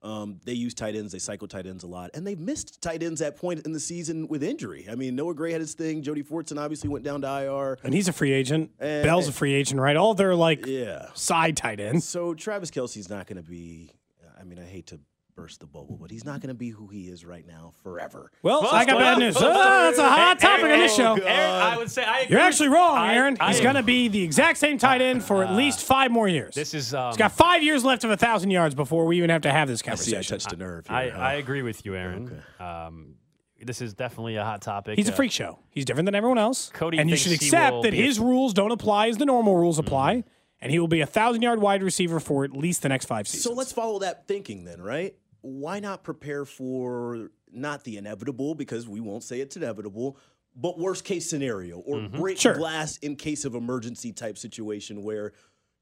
Um, they use tight ends. They cycle tight ends a lot, and they've missed tight ends at point in the season with injury. I mean, Noah Gray had his thing. Jody Fortson obviously went down to IR. And he's a free agent. Bell's a free agent, right? All their like Yeah. side tight ends. So Travis Kelsey's not going to be. I mean, I hate to burst the bubble, but he's not going to be who he is right now forever. Well, I got bad news. Oh, that's a hot topic on this show. Aaron, I would say I agree. You're actually wrong, I- Aaron. I He's agree. going to be the exact same tight end for at least five more years. This is. Um, He's got five years left of a thousand yards before we even have to have this See, I conversation. touched a nerve. Here, I, huh? I agree with you, Aaron. Um, this is definitely a hot topic. He's a Uh, freak show. He's different than everyone else. Cody and you thinks should he will accept that be a- Mm-hmm. his rules don't apply as the normal rules apply, and he will be a thousand yard wide receiver for at least the next five seasons. So let's follow that thinking then, right? Why not prepare for not the inevitable because we won't say it's inevitable, but worst case scenario or break Mm-hmm. Sure. glass in case of emergency type situation where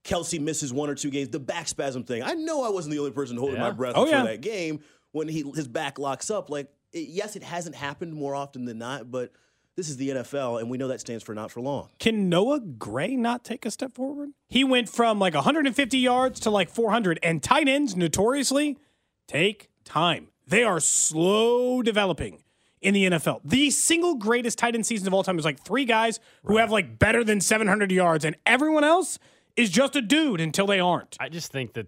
Kelsey misses one or two games, the back spasm thing. I know I wasn't the only person holding my Yeah. breath Oh, for yeah. that game when he his back locks up. Like, it, yes, it hasn't happened more often than not, but this is the NFL, and we know that stands for not for long. Can Noah Gray not take a step forward? He went from like 150 yards to like 400, and tight ends notoriously take time. They are slow developing in the NFL. The single greatest tight end season of all time is like three guys who have like better than 700 yards, and everyone else is just a dude until they aren't. I just think that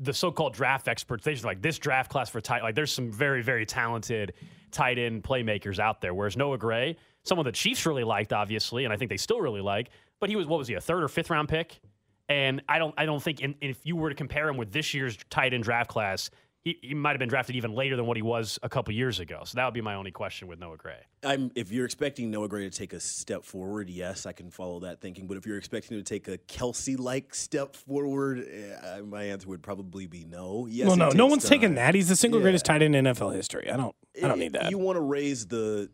the so-called draft experts, they just like this draft class for tight. Like, there's some very, very talented tight end playmakers out there. Whereas Noah Gray, someone the Chiefs really liked, obviously, and I think they still really like. But he was what was he a third or fifth round pick? And I don't, I don't think in, if you were to compare him with this year's tight end draft class, he, he might have been drafted even later than what he was a couple years ago. So that would be my only question with Noah Gray. I'm if you're expecting Noah Gray to take a step forward, yes, I can follow that thinking. But if you're expecting him to take a Kelsey-like step forward, eh, I- my answer would probably be no. Yes, well, it no, no takes one's time. taking that. He's the single Yeah. greatest tight end in NFL history. I don't, I don't Eh, need that. You want to raise the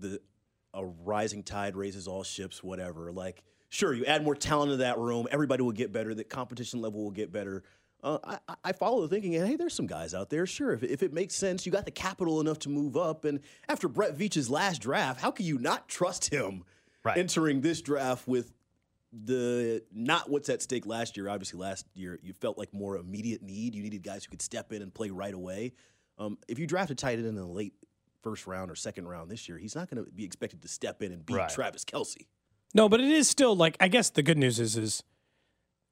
the a rising tide raises all ships, whatever. Like, sure, you add more talent to that room, everybody will get better. The competition level will get better. Uh, I, I- I follow the thinking, and hey, there's some guys out there. Sure, if, if it makes sense, you got the capital enough to move up. And after Brett Veach's last draft, how can you not trust him? Right. entering this draft with the not what's at stake last year. Obviously, last year you felt like more immediate need. You needed guys who could step in and play right away. Um, if you draft a tight end in the late first round or second round this year, he's not going to be expected to step in and beat Right. Travis Kelsey. No, but it is still like I guess the good news is is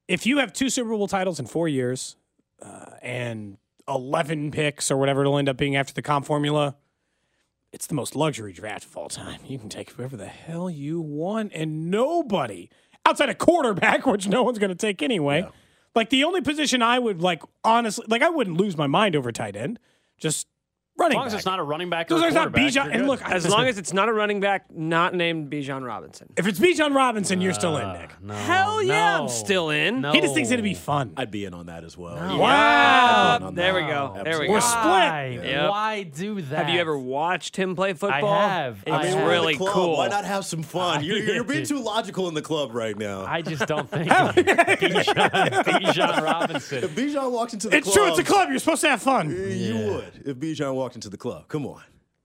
if you have two Super Bowl titles in four years uh, and eleven picks or whatever it'll end up being after the comp formula, it's the most luxury draft of all time. You can take whoever the hell you want, and nobody outside of quarterback, which no one's going to take anyway. Like the only position I would like honestly, like I wouldn't lose my mind over tight end, just As running. long as back. it's not a running back, As long or a as it's not quarterback, Bijan- you're and good. look, I- As long as it's not a running back not named Bijan Robinson. if it's Bijan Robinson, you're still in, Nick. No, Hell yeah, no, I'm still in. no. He just thinks it'd be fun. I'd be in on that as well. Wow. I'd be in on There we that. go. There we Absolutely. go. We're split. Why? Yep. Why do that? Have you ever watched him play football? have. I It's We're in have. the really club. cool. Why not have some fun? You're, you're being too logical in the club right now. I just don't think Bijan Bijan Robinson. if Bijan walked into the It's true. club, It's a club. You're supposed to have fun. You would if Bijan walked into the club. Come on.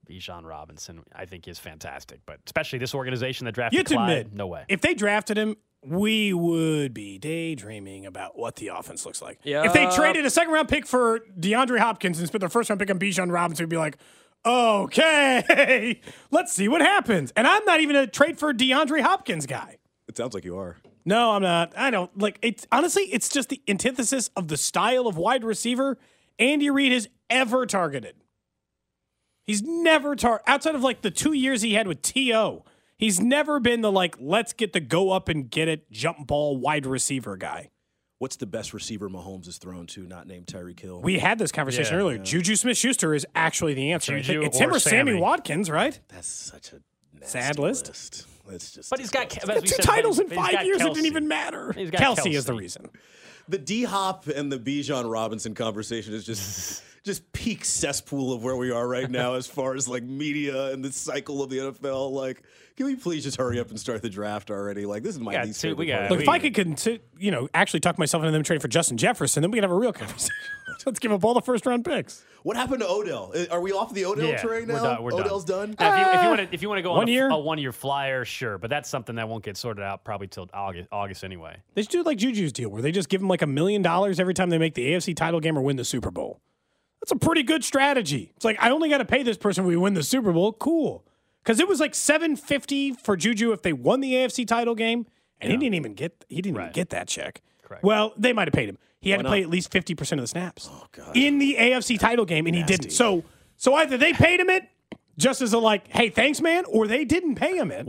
Bijan Robinson, I think, is fantastic, but especially this organization that drafted You have to Clyde, admit, no way. If they drafted him, we would be daydreaming about what the offense looks like. Yup. If they traded a second round pick for DeAndre Hopkins and spent their first round pick on Bijan Robinson, we'd be like, okay, let's see what happens. And I'm not even a trade for DeAndre Hopkins guy. It sounds like you are. No, I'm not. I don't like it's honestly, it's just the antithesis of the style of wide receiver Andy Reid has ever targeted. He's never tar outside of like the two years he had with T.O. He's never been the like, let's get the go up and get it jump ball wide receiver guy. What's the best receiver Mahomes has thrown to, not named Tyreek Hill? We had this conversation Yeah, earlier. Juju Smith Schuster is actually the answer. I think Juju it's him or or Sammy. Sammy. Watkins, right? That's such a nasty Sad list. Let's just. But he's got discuss Ke- it. as we Two said, titles in but he's five got years. It didn't Kelsey. even matter. He's Kelsey, got is the Kelsey. reason. the D Hop and the Bijan Robinson conversation is just just peak cesspool of where we are right now as far as like media and the cycle of the NFL. Like, can we please just hurry up and start the draft already? Like, this is my Yeah, least dude, we favorite got- part. Look, we- if I could, consi- you know, actually talk myself into them trading for Justin Jefferson, then we could have a real conversation. Let's give up all the first round picks. What happened to Odell? Are we off the Odell Yeah, train now? we're done. We're done. Odell's done. Now, if you- if you want to, if you want to go Ah. One on a, year? a one-year flyer, sure, but that's something that won't get sorted out probably till August, August anyway. They should do like Juju's deal, where they just give him like a million dollars every time they make the AFC title game or win the Super Bowl. That's a pretty good strategy. It's like I only got to pay this person when we win the Super Bowl. Cool, because it was like seven fifty for Juju if they won the AFC title game, and he didn't even get he didn't even get that check. Correct. Well, they might have paid him. He had to play at least fifty percent of the snaps in the AFC title game, and he didn't. So, so either they paid him it just as a like, hey, thanks, man, or they didn't pay him it.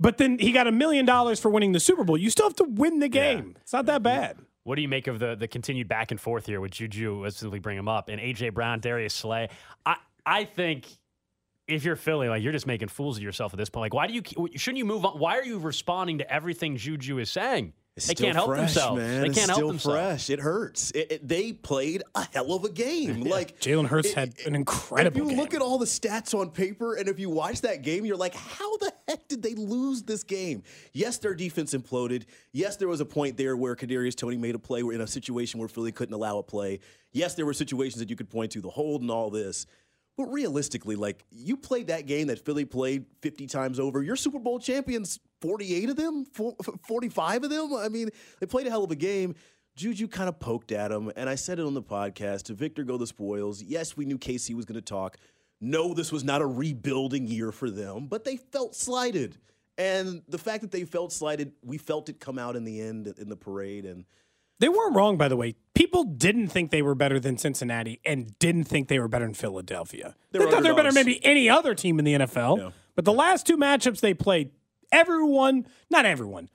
But then he got a million dollars for winning the Super Bowl. You still have to win the game. It's not that bad. What do you make of the the continued back and forth here with Juju? Let's simply bring him up and AJ Brown, Darius Slay. I I think if you're Philly, like you're just making fools of yourself at this point. Like, why do you keep- shouldn't you move on? Why are you responding to everything Juju is saying? It's they still can't help fresh, themselves. Man. They It's can't help still themselves. Fresh. It hurts. It, it- they played a hell of a game. Like Jalen Hurts it- had it- an incredible If you game. look at all the stats on paper, and if you watch that game, you're like, how the heck did they lose this game? Yes, their defense imploded. Yes, there was a point there where Kadarius Tony made a play in a situation where Philly couldn't allow a play. Yes, there were situations that you could point to, the hold and all this. But realistically, like you played that game that Philly played 50 times over, you're Super Bowl champions 48 of them, Four- 45 of them. I mean, they played a hell of a game. Juju kind of poked at him, and I said it on the podcast to Victor go the spoils. Yes, we knew KC was going to talk. No, this was not a rebuilding year for them, but they felt slighted. And the fact that they felt slighted, we felt it come out in the end in the parade. And They weren't wrong, by the way. People didn't think they were better than Cincinnati and didn't think they were better than Philadelphia. They, were thought they were better underdogs. than maybe any other team in the NFL. But the last two matchups they played, everyone, not everyone,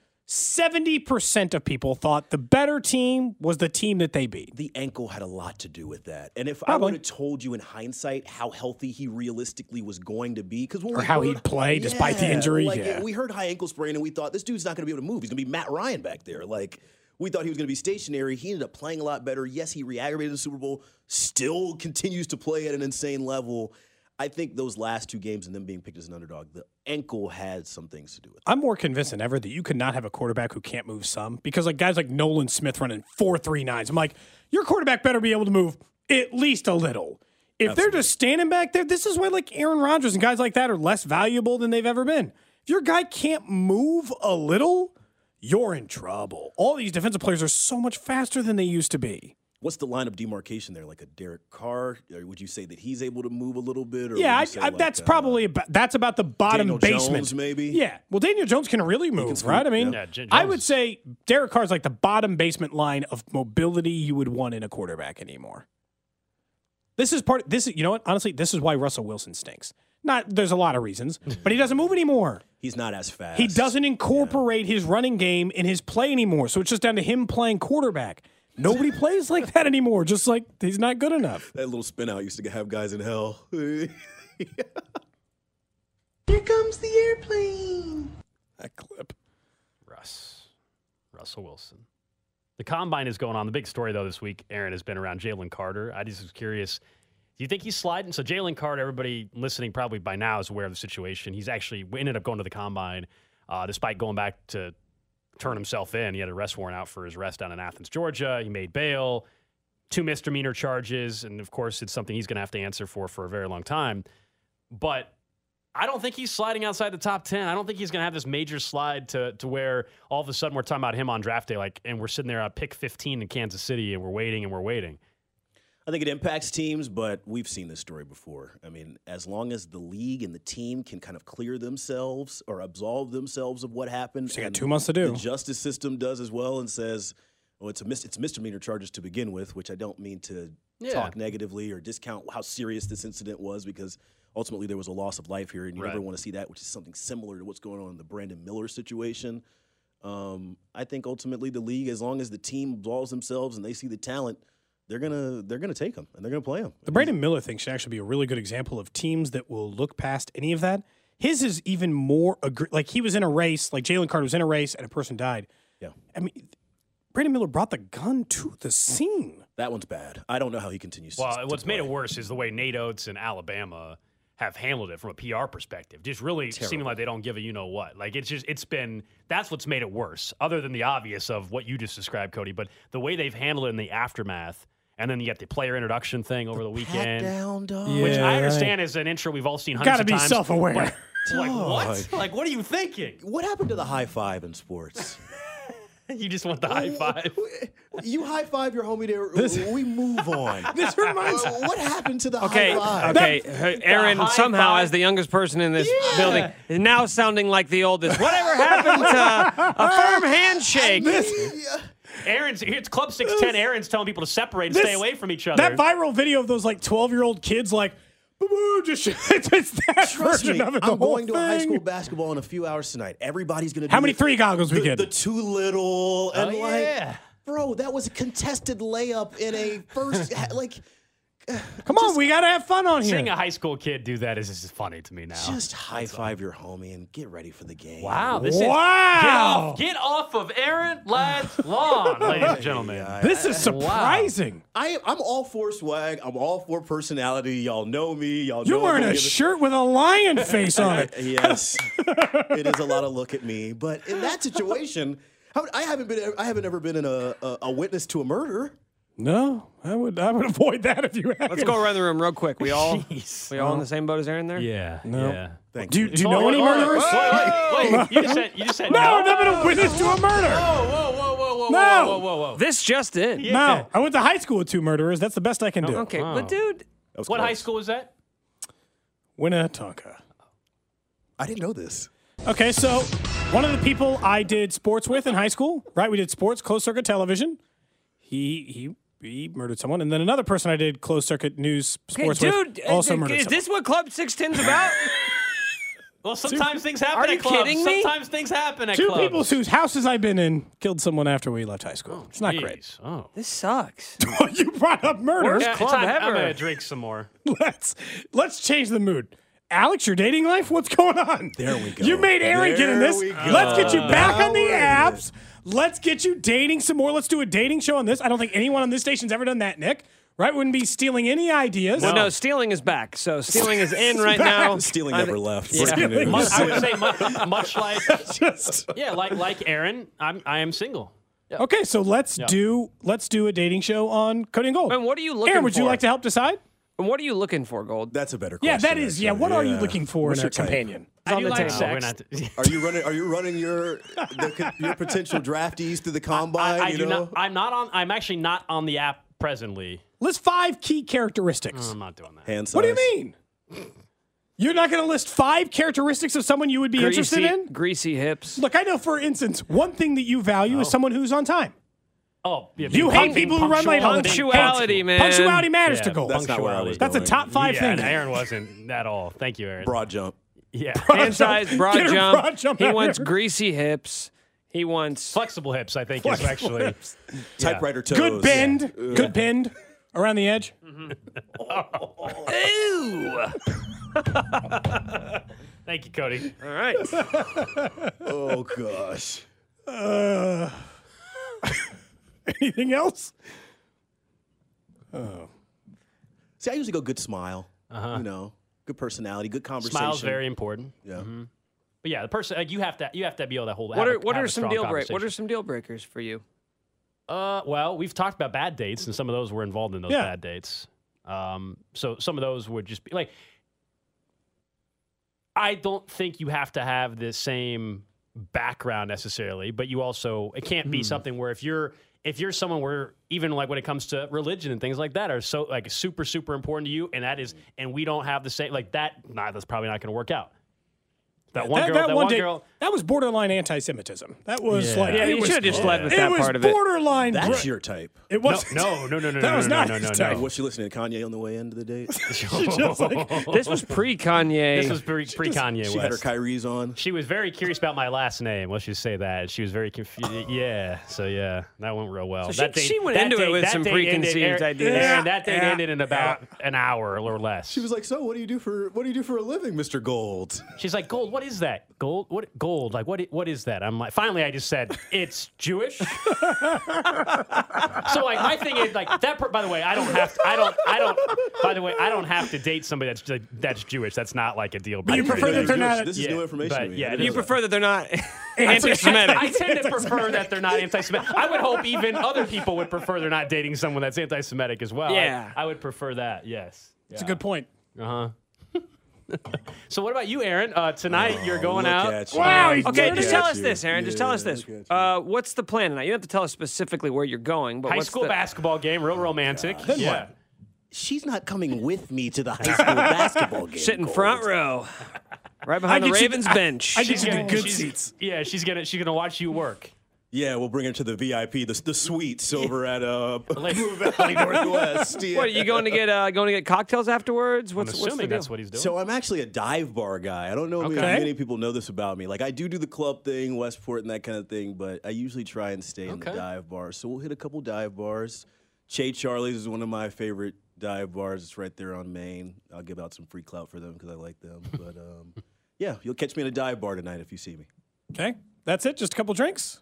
70% of people thought the better team was the team that they beat. the ankle had a lot to do with that. And if Probably. I would have told you in hindsight how healthy he realistically was going to be, because Or how he'd play despite the injury, yeah. we heard high ankle sprain, and we thought this dude's not going to be able to move. He's going to be Matt Ryan back there. Like we thought he was going to be stationary. He ended up playing a lot better. Yes, he re-aggravated the Super Bowl. Still continues to play at an insane level. I think those last two games and them being picked as an underdog, the ankle had some things to do with. it. I'm more convinced than ever that you could not have a quarterback who can't move some because like guys like Nolan Smith running four three nines. I'm like, your quarterback better be able to move at least a little. If they're just standing back there, this is why like Aaron Rodgers and guys like that are less valuable than they've ever been. If your guy can't move a little, you're in trouble. All these defensive players are so much faster than they used to be. What's the line of demarcation there? Like a Derek Carr? Or would you say that he's able to move a little bit? Or yeah, would I, you say I, like, that's uh, probably about, that's about the bottom Daniel basement, Jones, maybe? Yeah, well, Daniel Jones can really move, right? I mean, yeah. Yeah, J- I Jones would is- say Derek Carr's like the bottom basement line of mobility you would want in a quarterback anymore. This is part. This is you know what? Honestly, this is why Russell Wilson stinks. Not there's a lot of reasons, but he doesn't move anymore. He's not as fast. He doesn't incorporate his running game in his play anymore. So it's just down to him playing quarterback. Nobody plays like that anymore. Just like he's not good enough. That little spin out used to have guys in hell. That clip. Russ, Russell Wilson. The combine is going on. The big story though this week, Aaron has been around Jalen Carter. I just was curious. Do you think he's sliding? So Jalen Carter, everybody listening probably by now is aware of the situation. He's actually we ended up going to the combine, uh, despite going back to turn himself in. He had a arrest warrant out for his arrest down in Athens, Georgia. He made bail, two misdemeanor charges, and of course it's something he's going to have to answer for for a very long time. But I don't think he's sliding outside the top 10. I don't think he's going to have this major slide to, to where all of a sudden we're talking about him on draft day, like, and we're sitting there at pick 15 in Kansas City and we're waiting and we're waiting. I think it impacts teams, but we've seen this story before. I mean, as long as the league and the team can kind of clear themselves or absolve themselves of what happened, They got and two months to do. The justice system does as well and says, "Oh, it's a mis- it's misdemeanor charges to begin with," which I don't mean to talk negatively or discount how serious this incident was because ultimately there was a loss of life here, and you never Right. want to see that, which is something similar to what's going on in the Brandon Miller situation. Um, I think ultimately the league, as long as the team absolves themselves and they see the talent, they're gonna they're gonna take them and they're gonna play them. The Brandon Miller thing should actually be a really good example of teams that will look past any of that. His is even more aggr- like he was in a race, like Jalen Carter was in a race and a person died. Yeah. I mean, Brandon Miller brought the gun to the scene. That one's bad. I don't know how he continues. to- Well, to what's made it play. worse is the way Nate Oates and Alabama have handled it from a PR perspective. Just really seeming like they don't give a you know what. Like it's just it's been that's what's made it worse. Other than the obvious of what you just described, Cody, but the way they've handled it in the aftermath, and then you get the player introduction thing over the weekend. Which I understand is an intro we've all seen hundreds Gotta of be times. self-aware. but- Like what? Like what are you thinking? What happened to the high five in sports? You just want the high five. you high five your homie there. we move on. This reminds Uh, what happened to the Okay, high five? okay, Her- Aaron. high Somehow, five. as the youngest person in this building, is now sounding like the oldest. Whatever happened to a firm handshake? Aaron's it's Club Six Ten. Aaron's telling people to separate and stay This- away from each other. That viral video of those like 12 year old kids like, boo boo, just it's, it's that Trust version me, of it. The I'm whole going thing. to a high school basketball in a few hours tonight. Everybody's going to. How many three goggles we The, get? the too little and Oh, like, yeah. bro, that was a contested layup in a first. like, Come on, we got to have fun on Seeing here. a high school kid do that is just funny to me now. just high five your homie and get ready for the game. Wow, this is Wow. Get off, get off of Aaron Ladd's lawn, ladies and gentlemen. This is surprising. I, I'm all for swag. I'm all for personality. Y'all know me. Y'all You're know I'm wearing gonna a give it- shirt with a lion face on it. Yes, it is a lot of look at me. But in that situation, how- I haven't been. I haven't ever been in a, a, a witness to a murder. No, I would I would avoid that if you had. Let's go around the room real quick. We all Jeez. we all in the same boat as Aaron there. Yeah. Yeah. Thank Do you, you. do you know any Wait, wait, murderers? Wait, wait, wait. You just said, you just said No, no. I've never been a witness to a murder. Whoa, whoa, whoa, whoa, whoa, No. whoa, whoa, whoa. This just in. No, I went to high school with two murderers. That's the best I can Oh, do. Okay, but dude, That was What close. high school was that? Winnetonka. I didn't know this. Okay, so one of the people I did sports with in high school, right? We did sports, closed circuit television. He he he murdered someone, and then another person I did closed circuit news okay, sports with uh, dude, also is, murdered is someone. this what Club 610's about? Well, sometimes things happen are at you clubs. kidding me? Sometimes things happen at Two clubs. people whose houses I've been in killed someone after we left high school. it's not great. Jeez. Oh. this sucks. you brought up murder. Worst Yeah, club it's time- I'm ever. gonna drink some more. Let's let's change the mood. Alex, your dating life? What's going on? There we go. You made Aaron get in There this. we go. Let's get you back on the Now we're in apps. Let's get you dating some more. Let's do a dating show on this. I don't think anyone on this station's ever done that, Nick. Right? Wouldn't be stealing any ideas. Well, no, stealing is back. So stealing is in right Back. now. Stealing I'm- never left. Yeah. Breaking news. Much, I would say much, much like Just yeah, like like Aaron, I'm I am single. okay. So let's do let's do a dating show on Cody and Gold. And what are you looking Aaron, would you for? like to help decide? And what are you looking for, Gold? That's a better. Yeah, question, that is. Yeah. actually. What are you looking for What's in your a type? companion? It's on the like table. sex. We're not- Are you running? Are you running your the, your potential draftees through the combine? I, I you do know? not. I'm not on. I'm actually not on the app presently. List five key characteristics. I'm not doing that. Hand what do you size. mean? You're not going to list five characteristics of someone you would be interested greasy, in? greasy hips. Look, I know for instance, one thing that you value is someone who's on time. Oh, yeah, You being hate punct- people who run late. punctual. all the time. Punctuality, Hey, man. Punctuality matters Yeah, to gold. That's not where I was. That's a going. top five Yeah, thing. Aaron wasn't at all. Thank you, Aaron. Broad jump. Yeah, Hand size, broad Get a jump. broad jump He out wants here. greasy hips. He wants. flexible hips. I think is actually Typewriter toes. Good bend. Good bend around the edge. Ooh. Thank you, Cody. All right. Oh gosh. Uh, anything else? See, I usually go good smile. You know, good personality, good conversation. Smile's very important. Yeah. But yeah, the person like you have to you have to be able to hold. What have are a- what have are a some strong deal break? What conversation. are some deal breakers for you? Uh, well, we've talked about bad dates, and some of those were involved in those Yeah. bad dates. Um, so some of those would just be like, I don't think you have to have the same background necessarily, but you also it can't Hmm. be something where if you're if you're someone where even like when it comes to religion and things like that are so like super super important to you, and that is and we don't have the same like that. Nah, that's probably not going to work out. That one girl, that, one, date- girl. That was borderline anti-Semitism. That was Yeah. like Yeah, it you was- should've just led with that it was part of it. Borderline. That's bro- your type. It No, was no, no, no, no, Oh, That no, was no, not no, no, his no. type. What's she listening to Kanye on the way into the date? she This was pre Kanye. This was pre pre Kanye had her West. Kyrie's on. She was very curious about my last name. Let's just say that she was very confused. yeah, so yeah, that went real well. Oh. she- that date- she went that into it date- with that some date ended- preconceived Aaron- ideas. Aaron, that date Yeah, ended in about an hour or less. She was like, "So, what do you do for what do you do for a living, Mr. Gold?" She's like, "Gold, what is that? Gold? What gold? Like what? i- What is that? I'm like, finally, I just said it's Jewish. so like, my thing is like that. Per- by the way, I don't have. To, I don't. I don't. By the way, I don't have to date somebody that's like, that's Jewish. That's not like a deal. you breaker. prefer that they're not- This is Yeah, new information. but to me. yeah, I it didn't is- You know that. prefer that they're not anti-Semitic. I tend to prefer that they're not anti-Semitic. I would hope even other people would prefer they're not dating someone that's anti-Semitic as well. I- Yeah. I, would prefer that. Yes. It's a good point. So what about you, Aaron? Uh, tonight you're going Look out. at you. Wow, he's Okay, Look just at tell you. us this, Aaron. Just tell us Yeah, this. look at you. Uh, what's the plan tonight? You don't have to tell us specifically where you're going, but High what's school the, basketball game, real romantic. yeah. She's not coming with me to the high school basketball game. Sit in front Gold. row, right behind I the get you- Ravens bench. I get you the gonna- good she's- seats. Yeah, she's gonna she's gonna watch you work. Yeah, we'll bring her to the VIP, the, the suites over at uh, Like- Blue Valley Northwest. Yeah. what are you going to get? Uh, going to get cocktails afterwards? I'm What's what's the assuming deal? that's what he's doing. So I'm actually a dive bar guy. I don't know if Okay. many people know this about me. Like I do do the club thing, Westport and that kind of thing, but I usually try and stay in the Okay. dive bar. So we'll hit a couple dive bars. Che Charlie's is one of my favorite dive bars. It's right there on Main. I'll give out some free clout for them because I like them. But um, yeah, you'll catch me in a dive bar tonight if you see me. Okay, that's it. Just a couple drinks.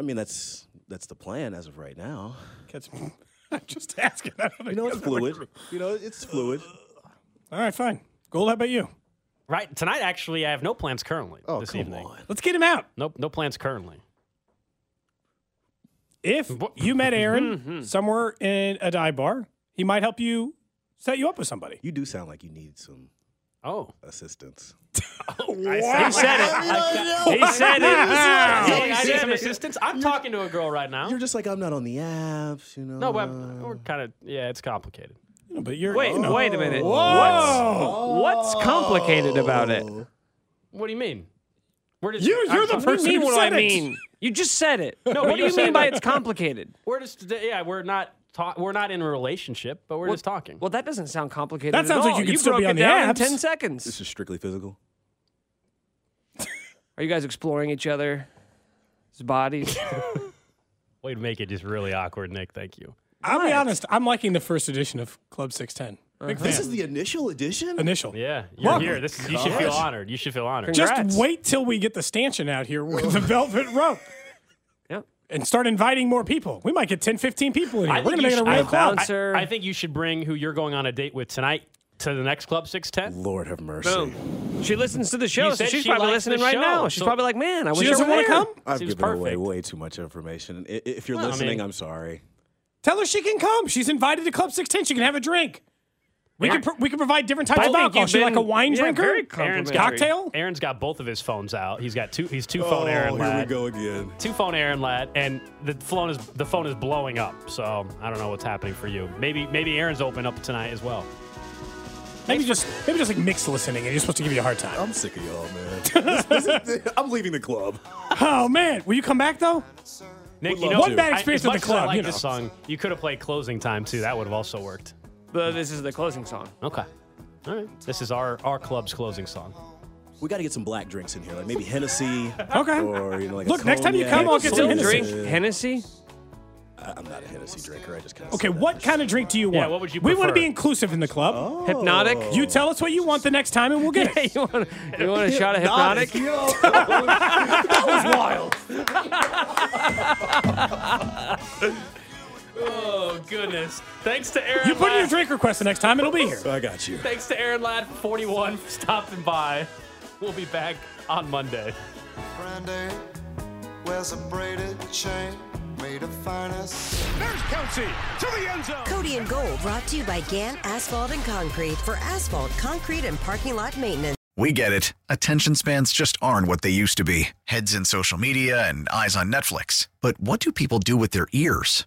I mean that's that's the plan as of right now. Catch I'm just asking. I don't You know it's fluid. You know it's fluid. All right, fine. Gold, how about you? right tonight, actually, I have no plans currently. Oh this come evening, on. Let's get him out. no no plans currently. If you met Aaron somewhere in a dive bar, he might help you set you up with somebody. You do sound like you need some Oh, assistance. he said it. He said it. Yeah, I need said some it. assistance. I'm talking to a girl right now. You're just like I'm not on the apps, you know. No, but I'm- we're kind of yeah, it's complicated. But you're Wait, you know. wait a minute. Oh. Whoa! What's what's complicated about it? What do you mean? Where does You- I'm you're the sorry. What do person you mean? who What do I said it. mean? You just said it. No, but what do you you said mean by it. it's complicated? We're just yeah, we're not ta- we're not in a relationship, but we're just talking. Well, that doesn't sound complicated. That at sounds like all. you could still broke be on it the down in apps. ten This seconds. is strictly physical. Are you guys exploring each other's bodies? Way to make it just really awkward, Nick. Thank you. I'll be honest. I'm liking the first edition of Club 610. Big This fan. is the initial edition. initial. Yeah, you're Look. here. This is, you should feel honored. You should feel honored. Just- Just Congrats. wait till we get the stanchion out here with the velvet rope. Yep. And start inviting more people. We might get 10, 15 people in here. I We're think gonna make you it a should- real I club. bounce- Sir. I think you should bring who you're going on a date with tonight to the next club six ten. Lord have mercy. Boom. She listens to the show, You so said she's she probably likes the listening right show, now. She's so- probably like, "Man, I She wish I doesn't were want to there." come. I've Seems given away perfect. way too much information. I- If you're Well, I listening, I mean- am sorry. Tell her she can come. She's invited to Club 610. She can have a drink. We can pro- we can provide different types I of think alcohol. you've She like a been- wine yeah, drinker. very complimentary. cocktail. Aaron's got both of his phones out. He's got two. He's two phone Aaron Oh, here we lad. go again. Two phone Aaron lad, and the phone is the phone is blowing up. So I don't know what's happening for you. Maybe maybe Aaron's open up tonight as well. Maybe just maybe just like mixed listening, and you're supposed to give you a hard time. I'm sick of y'all, man. This- this is- I'm leaving the club. Oh man, will you come back though? Nick, Would you love know, One to. bad I- experience as with the much as I club, Like you this know. song. You could have played closing time too. That would have also worked. But this is the closing song. Okay. All right. This is our our club's closing song. We got to get some black drinks in here, like maybe Hennessy. Okay. Or you know, like a Look, next time you cognac. come, I'll get Still some Yeah. Hennessy. drink Hennessy. I- I'm not a Hennessy drinker. I just kind of. Okay, what kind of drink do you Yeah, want? what would you We want to prefer? Oh. be inclusive in the club. Hypnotic. You tell us what you want the next time, and we'll get it. you want you want a shot of hypnotic? that was wild. Oh goodness! Thanks to Aaron. You put in your Ladd- drink request the next time, it'll be here. I got you. Thanks to Aaron Ladd for 41 for stopping by. We'll be back on Monday. Brandy wears a braided chain made of finest. There's Kelsey to the end zone. Cody and Gold brought to you by GAN Asphalt and Concrete for asphalt, concrete, and parking lot maintenance. We get it. Attention spans just aren't what they used to be heads in social media and eyes on Netflix. But what do people do with their ears?